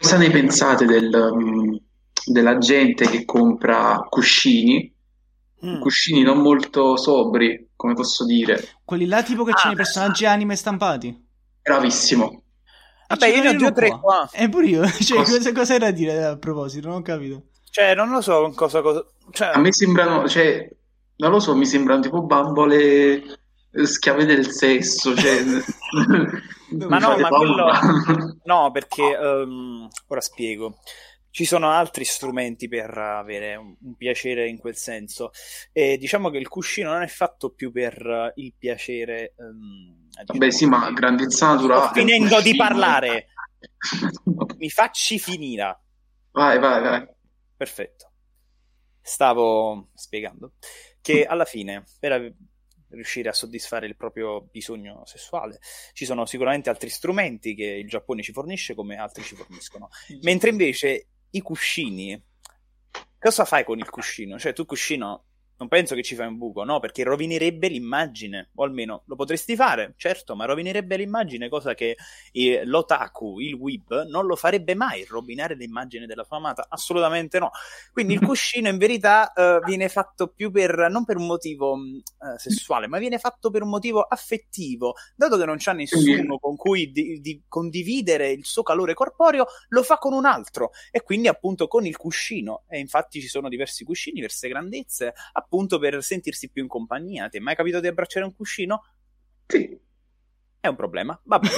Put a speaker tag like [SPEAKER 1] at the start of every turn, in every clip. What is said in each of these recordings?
[SPEAKER 1] Cosa ne pensate del, mm, della gente che compra cuscini?
[SPEAKER 2] Mm.
[SPEAKER 1] Cuscini non molto sobri, come posso dire.
[SPEAKER 2] Quelli là tipo che
[SPEAKER 3] Ah,
[SPEAKER 2] c'è nei
[SPEAKER 3] beh.
[SPEAKER 2] personaggi anime stampati.
[SPEAKER 1] Bravissimo.
[SPEAKER 3] Vabbè,
[SPEAKER 2] Ce
[SPEAKER 3] io ne ho
[SPEAKER 2] l'ho
[SPEAKER 3] due o tre qua.
[SPEAKER 2] E pure io, cioè,
[SPEAKER 1] Cos-
[SPEAKER 2] cosa, cosa era da dire eh, a proposito? Non ho capito.
[SPEAKER 3] Cioè, non lo so con cosa... cosa... Cioè,
[SPEAKER 1] A me sembrano, cioè, non lo so, mi sembrano tipo bambole eh, schiave del sesso, cioè, mi
[SPEAKER 3] Ma no,
[SPEAKER 1] fate
[SPEAKER 3] ma
[SPEAKER 1] paura.
[SPEAKER 3] No, perché... ehm, ora spiego. Ci sono altri strumenti per avere un, un piacere in quel senso. E diciamo che il cuscino non è fatto più per eh, il piacere... ehm,
[SPEAKER 1] Vabbè, sì, ma grandezza naturale.
[SPEAKER 3] Sto finendo di
[SPEAKER 1] cuscino.
[SPEAKER 3] parlare. Mi facci finire.
[SPEAKER 1] Vai, vai, vai.
[SPEAKER 3] Perfetto. Stavo spiegando che alla fine, per av- riuscire a soddisfare il proprio bisogno sessuale, ci sono sicuramente altri strumenti che il Giappone ci fornisce come altri ci forniscono. Mentre invece i cuscini, cosa fai con il cuscino? Cioè, tu cuscino non penso che ci fai un buco, no, perché rovinerebbe l'immagine, o almeno lo potresti fare, certo, ma rovinerebbe l'immagine, cosa che eh, l'otaku, il web, non lo farebbe mai, rovinare l'immagine della sua amata, assolutamente no. Quindi il cuscino in verità eh, viene fatto più per, non per un motivo mh, eh, sessuale, ma viene fatto per un motivo affettivo, dato che non c'ha nessuno con cui di- di condividere il suo calore corporeo, lo fa con un altro e quindi appunto con il cuscino e infatti ci sono diversi cuscini, diverse grandezze appunto per sentirsi più in compagnia ti è mai capito di abbracciare un cuscino?
[SPEAKER 1] Sì.
[SPEAKER 3] è un problema, vabbè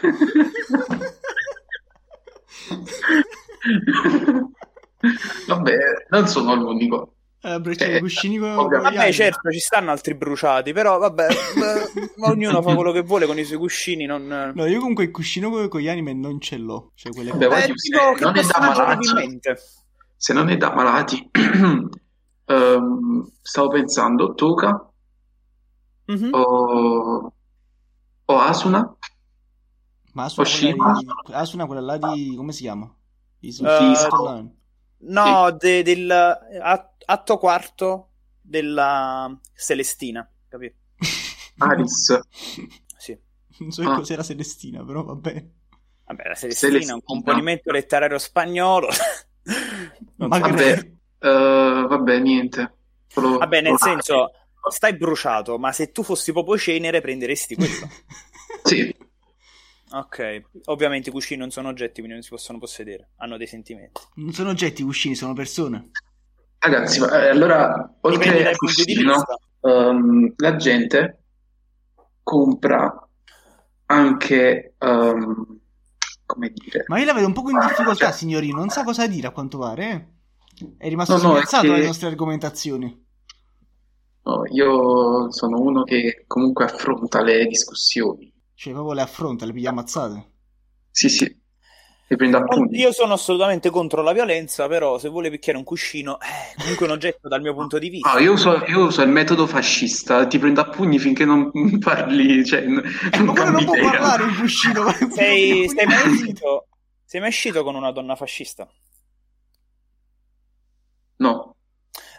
[SPEAKER 1] Vabbè, non sono l'unico.
[SPEAKER 2] Eh, Breccia i
[SPEAKER 1] Eh,
[SPEAKER 2] cuscini con
[SPEAKER 1] ovviamente.
[SPEAKER 2] con gli
[SPEAKER 3] vabbè
[SPEAKER 2] anime.
[SPEAKER 3] certo ci stanno altri bruciati però vabbè eh, ma ognuno fa quello che vuole con i suoi cuscini non...
[SPEAKER 2] No, io comunque il cuscino co- con gli anime non ce l'ho. Cioè, quelle
[SPEAKER 1] Vabbè,
[SPEAKER 2] cose-
[SPEAKER 1] guarda,
[SPEAKER 3] Eh, Eh, tipo, che
[SPEAKER 1] non è da
[SPEAKER 3] personaggio
[SPEAKER 1] malaccio.
[SPEAKER 3] avevi in mente?
[SPEAKER 1] Se non è da malati, ehm, stavo pensando Toka
[SPEAKER 3] Mhm.
[SPEAKER 1] o, o Asuna.
[SPEAKER 2] Ma Asuna quella,
[SPEAKER 1] Oshima?
[SPEAKER 2] di... Asuna quella là di... come si chiama? Di
[SPEAKER 3] Eh,
[SPEAKER 2] Sword
[SPEAKER 3] no de- del at- atto quarto della Celestina capito?
[SPEAKER 2] Art
[SPEAKER 1] Aris.
[SPEAKER 2] Online.
[SPEAKER 3] sì
[SPEAKER 2] Non so che
[SPEAKER 1] Ah.
[SPEAKER 2] cos'era Celestina, però vabbè.
[SPEAKER 3] Vabbè, la Celestina, è un
[SPEAKER 1] Celestina.
[SPEAKER 3] componimento letterario spagnolo. Non so.
[SPEAKER 1] Magari-
[SPEAKER 3] vabbè,
[SPEAKER 1] Vabbè. Eh, vabbè, niente. Solo-
[SPEAKER 3] nel senso, stai bruciato, ma se tu fossi proprio cenere prenderesti quello.
[SPEAKER 1] Sì,
[SPEAKER 3] ok, ovviamente i cuscini non sono oggetti, quindi non si possono possedere, hanno dei sentimenti.
[SPEAKER 2] Non sono oggetti i cuscini, sono persone.
[SPEAKER 1] ragazzi, ma, eh, allora,
[SPEAKER 3] Dipende
[SPEAKER 1] oltre
[SPEAKER 3] dal
[SPEAKER 1] al
[SPEAKER 3] punto di
[SPEAKER 1] cuscino,
[SPEAKER 3] vista.
[SPEAKER 1] ehm, la gente compra anche, ehm, come dire,
[SPEAKER 2] Ma io la vedo un po' in difficoltà,
[SPEAKER 1] Cioè-
[SPEAKER 2] signorino. Non sa cosa dire a quanto pare. eh. È rimasto
[SPEAKER 1] No, no, è
[SPEAKER 2] spiazzato
[SPEAKER 1] che-
[SPEAKER 2] dalle nostre argomentazioni.
[SPEAKER 1] no, io sono uno che comunque affronta le discussioni.
[SPEAKER 2] Cioè, proprio le affronta, le piglia ammazzate.
[SPEAKER 1] Sì, sì, le prendo appunti.
[SPEAKER 3] Io sono assolutamente contro la violenza, però se vuole picchiare un cuscino, eh, comunque è un oggetto dal mio punto di vista.
[SPEAKER 1] No, Ah, io uso, io uso il metodo fascista, ti prendo a pugni finché non parli, cioè, n-
[SPEAKER 2] Ma
[SPEAKER 1] non
[SPEAKER 2] quello
[SPEAKER 1] cambi
[SPEAKER 2] non può
[SPEAKER 1] idea.
[SPEAKER 2] parlare un cuscino.
[SPEAKER 3] Sei, sei mai
[SPEAKER 2] mezzo.
[SPEAKER 3] uscito, sei mai uscito con una donna fascista?
[SPEAKER 1] No,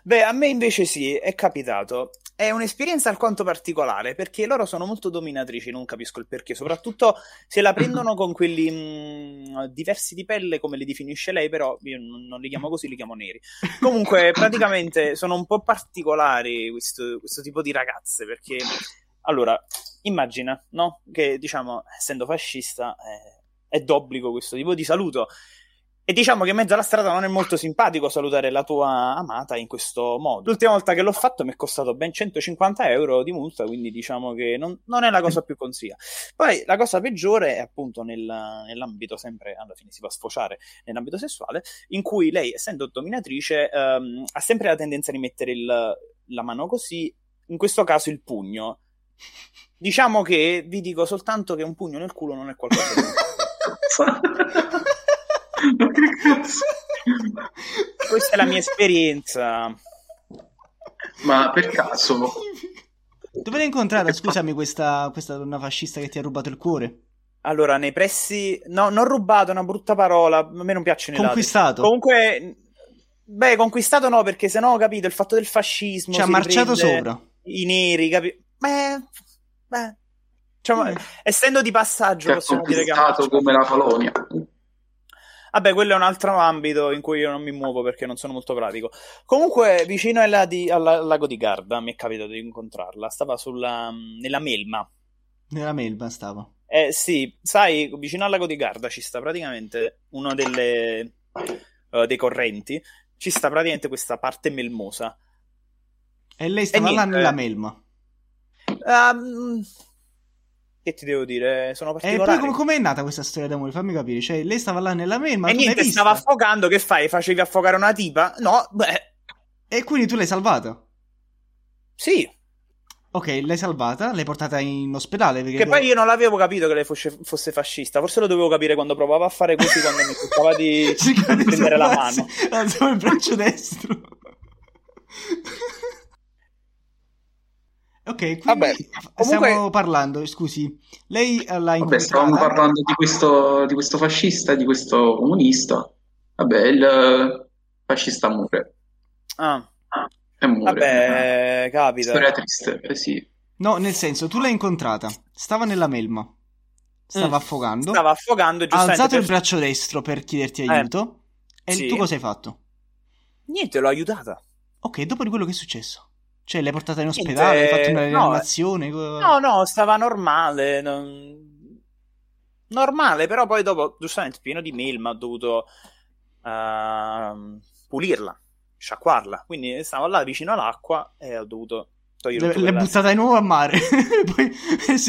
[SPEAKER 3] Beh, a me invece sì, è capitato. È un'esperienza alquanto particolare perché loro sono molto dominatrici, non capisco il perché, soprattutto se la prendono con quelli mh, diversi di pelle, come li definisce lei, però io non non li chiamo così, li chiamo neri. Comunque, praticamente sono un po' particolari questo, questo tipo di ragazze perché, allora, immagina, no? Che diciamo, essendo fascista, eh, è d'obbligo questo tipo di saluto. E diciamo che in mezzo alla strada non è molto simpatico salutare la tua amata in questo modo. L'ultima volta che l'ho fatto mi è costato ben 150 euro di multa, quindi diciamo che non, non è la cosa più consiglia. Poi la cosa peggiore è appunto nel- nell'ambito, sempre alla fine si va a sfociare, nell'ambito sessuale, in cui lei, essendo dominatrice, ehm, ha sempre la tendenza di mettere il- la mano così, in questo caso il pugno. Diciamo che vi dico soltanto che un pugno nel culo non è qualcosa di...
[SPEAKER 1] Ma che cazzo?
[SPEAKER 3] Questa è la mia esperienza.
[SPEAKER 1] Ma per caso,
[SPEAKER 2] Dove l'hai incontrata, scusami, questa, questa donna fascista che ti ha rubato il cuore?
[SPEAKER 3] Allora, nei pressi... No, non rubato, è una brutta parola. A me non piacciono i dati.
[SPEAKER 2] Conquistato.
[SPEAKER 3] Comunque... Beh, conquistato no, perché sennò ho capito il fatto del fascismo.
[SPEAKER 2] Ci ha
[SPEAKER 3] si
[SPEAKER 2] marciato
[SPEAKER 3] riprende
[SPEAKER 2] sopra.
[SPEAKER 3] I neri, capito? Beh, beh, Cioè, ma- essendo di passaggio,
[SPEAKER 1] che ha
[SPEAKER 3] possiamo dire che
[SPEAKER 1] Certo, conquistato Cioè, come la Polonia.
[SPEAKER 3] Vabbè, quello è un altro ambito in cui io non mi muovo perché non sono molto pratico. Comunque, vicino alla di- alla- al lago di Garda mi è capitato di incontrarla. Stava sulla, mm, nella melma.
[SPEAKER 2] Nella melba stavo.
[SPEAKER 3] Eh sì, sai, vicino al lago di Garda ci sta praticamente uno delle, eh, dei correnti, ci sta praticamente questa parte melmosa.
[SPEAKER 2] E lei stava
[SPEAKER 3] niente.
[SPEAKER 2] là nella melma.
[SPEAKER 3] Ehm, che ti devo dire? Sono
[SPEAKER 2] E poi
[SPEAKER 3] particolari.
[SPEAKER 2] Eh, com- com'è nata questa storia d'amore? Fammi capire. Cioè, lei stava là nella melma,
[SPEAKER 3] e
[SPEAKER 2] tu l'hai
[SPEAKER 3] niente,
[SPEAKER 2] vista?
[SPEAKER 3] stava affogando, che fai? Facevi affogare una tipa? No, beh,
[SPEAKER 2] E quindi tu l'hai salvata.
[SPEAKER 3] sì.
[SPEAKER 2] Ok, l'hai salvata, l'hai portata in ospedale. Perché
[SPEAKER 3] Che poi io non l'avevo capito che lei fosse, fosse fascista, forse lo dovevo capire quando provava a fare così, quando mi cercava di...
[SPEAKER 2] cercavo di
[SPEAKER 3] prendere la mano.
[SPEAKER 2] salvarsi. Alzavo il braccio destro. ok, quindi
[SPEAKER 3] Vabbè,
[SPEAKER 2] stiamo
[SPEAKER 3] comunque-
[SPEAKER 2] parlando, scusi. Lei eh, l'ha
[SPEAKER 1] Vabbè, stavamo
[SPEAKER 2] incontrata?
[SPEAKER 1] parlando di questo, di questo fascista, di questo comunista. Vabbè, il eh, fascista muore.
[SPEAKER 3] Ah,
[SPEAKER 1] E muore.
[SPEAKER 3] vabbè,
[SPEAKER 1] Una
[SPEAKER 3] capita.
[SPEAKER 1] storia triste, eh sì.
[SPEAKER 2] No, nel senso, tu l'hai incontrata, stava nella melma, stava
[SPEAKER 3] Mm.
[SPEAKER 2] affogando,
[SPEAKER 3] Stava affogando,
[SPEAKER 2] ha
[SPEAKER 3] giustamente...
[SPEAKER 2] alzato il
[SPEAKER 3] per-
[SPEAKER 2] braccio destro per chiederti
[SPEAKER 3] Eh,
[SPEAKER 2] aiuto, e
[SPEAKER 3] sì.
[SPEAKER 2] tu cosa hai fatto?
[SPEAKER 3] Niente, l'ho aiutata.
[SPEAKER 2] Ok, dopo di quello che è successo? Cioè, l'hai portata in
[SPEAKER 3] Niente,
[SPEAKER 2] ospedale, hai fatto una
[SPEAKER 3] Eh, no,
[SPEAKER 2] rianimazione? co-
[SPEAKER 3] No, no, stava normale. non- Normale, però poi dopo, giustamente, pieno di melma, ho dovuto ehm, pulirla, sciacquarla. Quindi stavo là vicino all'acqua e ho dovuto togliere
[SPEAKER 2] L'hai
[SPEAKER 3] tutto
[SPEAKER 2] l'hai
[SPEAKER 3] quella-
[SPEAKER 2] buttata di nuovo a mare. Poi,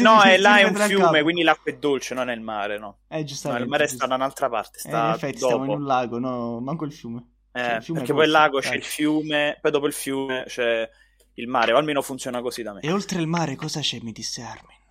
[SPEAKER 3] No,
[SPEAKER 2] e
[SPEAKER 3] e là è un fiume, quindi l'acqua è dolce, non è il mare, no.
[SPEAKER 2] Eh,
[SPEAKER 3] No,
[SPEAKER 2] giustamente.
[SPEAKER 3] il mare sta
[SPEAKER 2] giusto.
[SPEAKER 3] da un'altra parte,
[SPEAKER 2] Eh,
[SPEAKER 3] sta
[SPEAKER 2] in effetti, stiamo in
[SPEAKER 3] dopo.
[SPEAKER 2] un lago, no, manco il fiume.
[SPEAKER 3] Eh,
[SPEAKER 2] cioè, il fiume
[SPEAKER 3] perché
[SPEAKER 2] è
[SPEAKER 3] poi il
[SPEAKER 2] corto,
[SPEAKER 3] lago c'è
[SPEAKER 2] dai.
[SPEAKER 3] il fiume, poi dopo il fiume c'è il mare, o almeno funziona così da me.
[SPEAKER 2] E oltre il mare cosa c'è, mi disse Armin?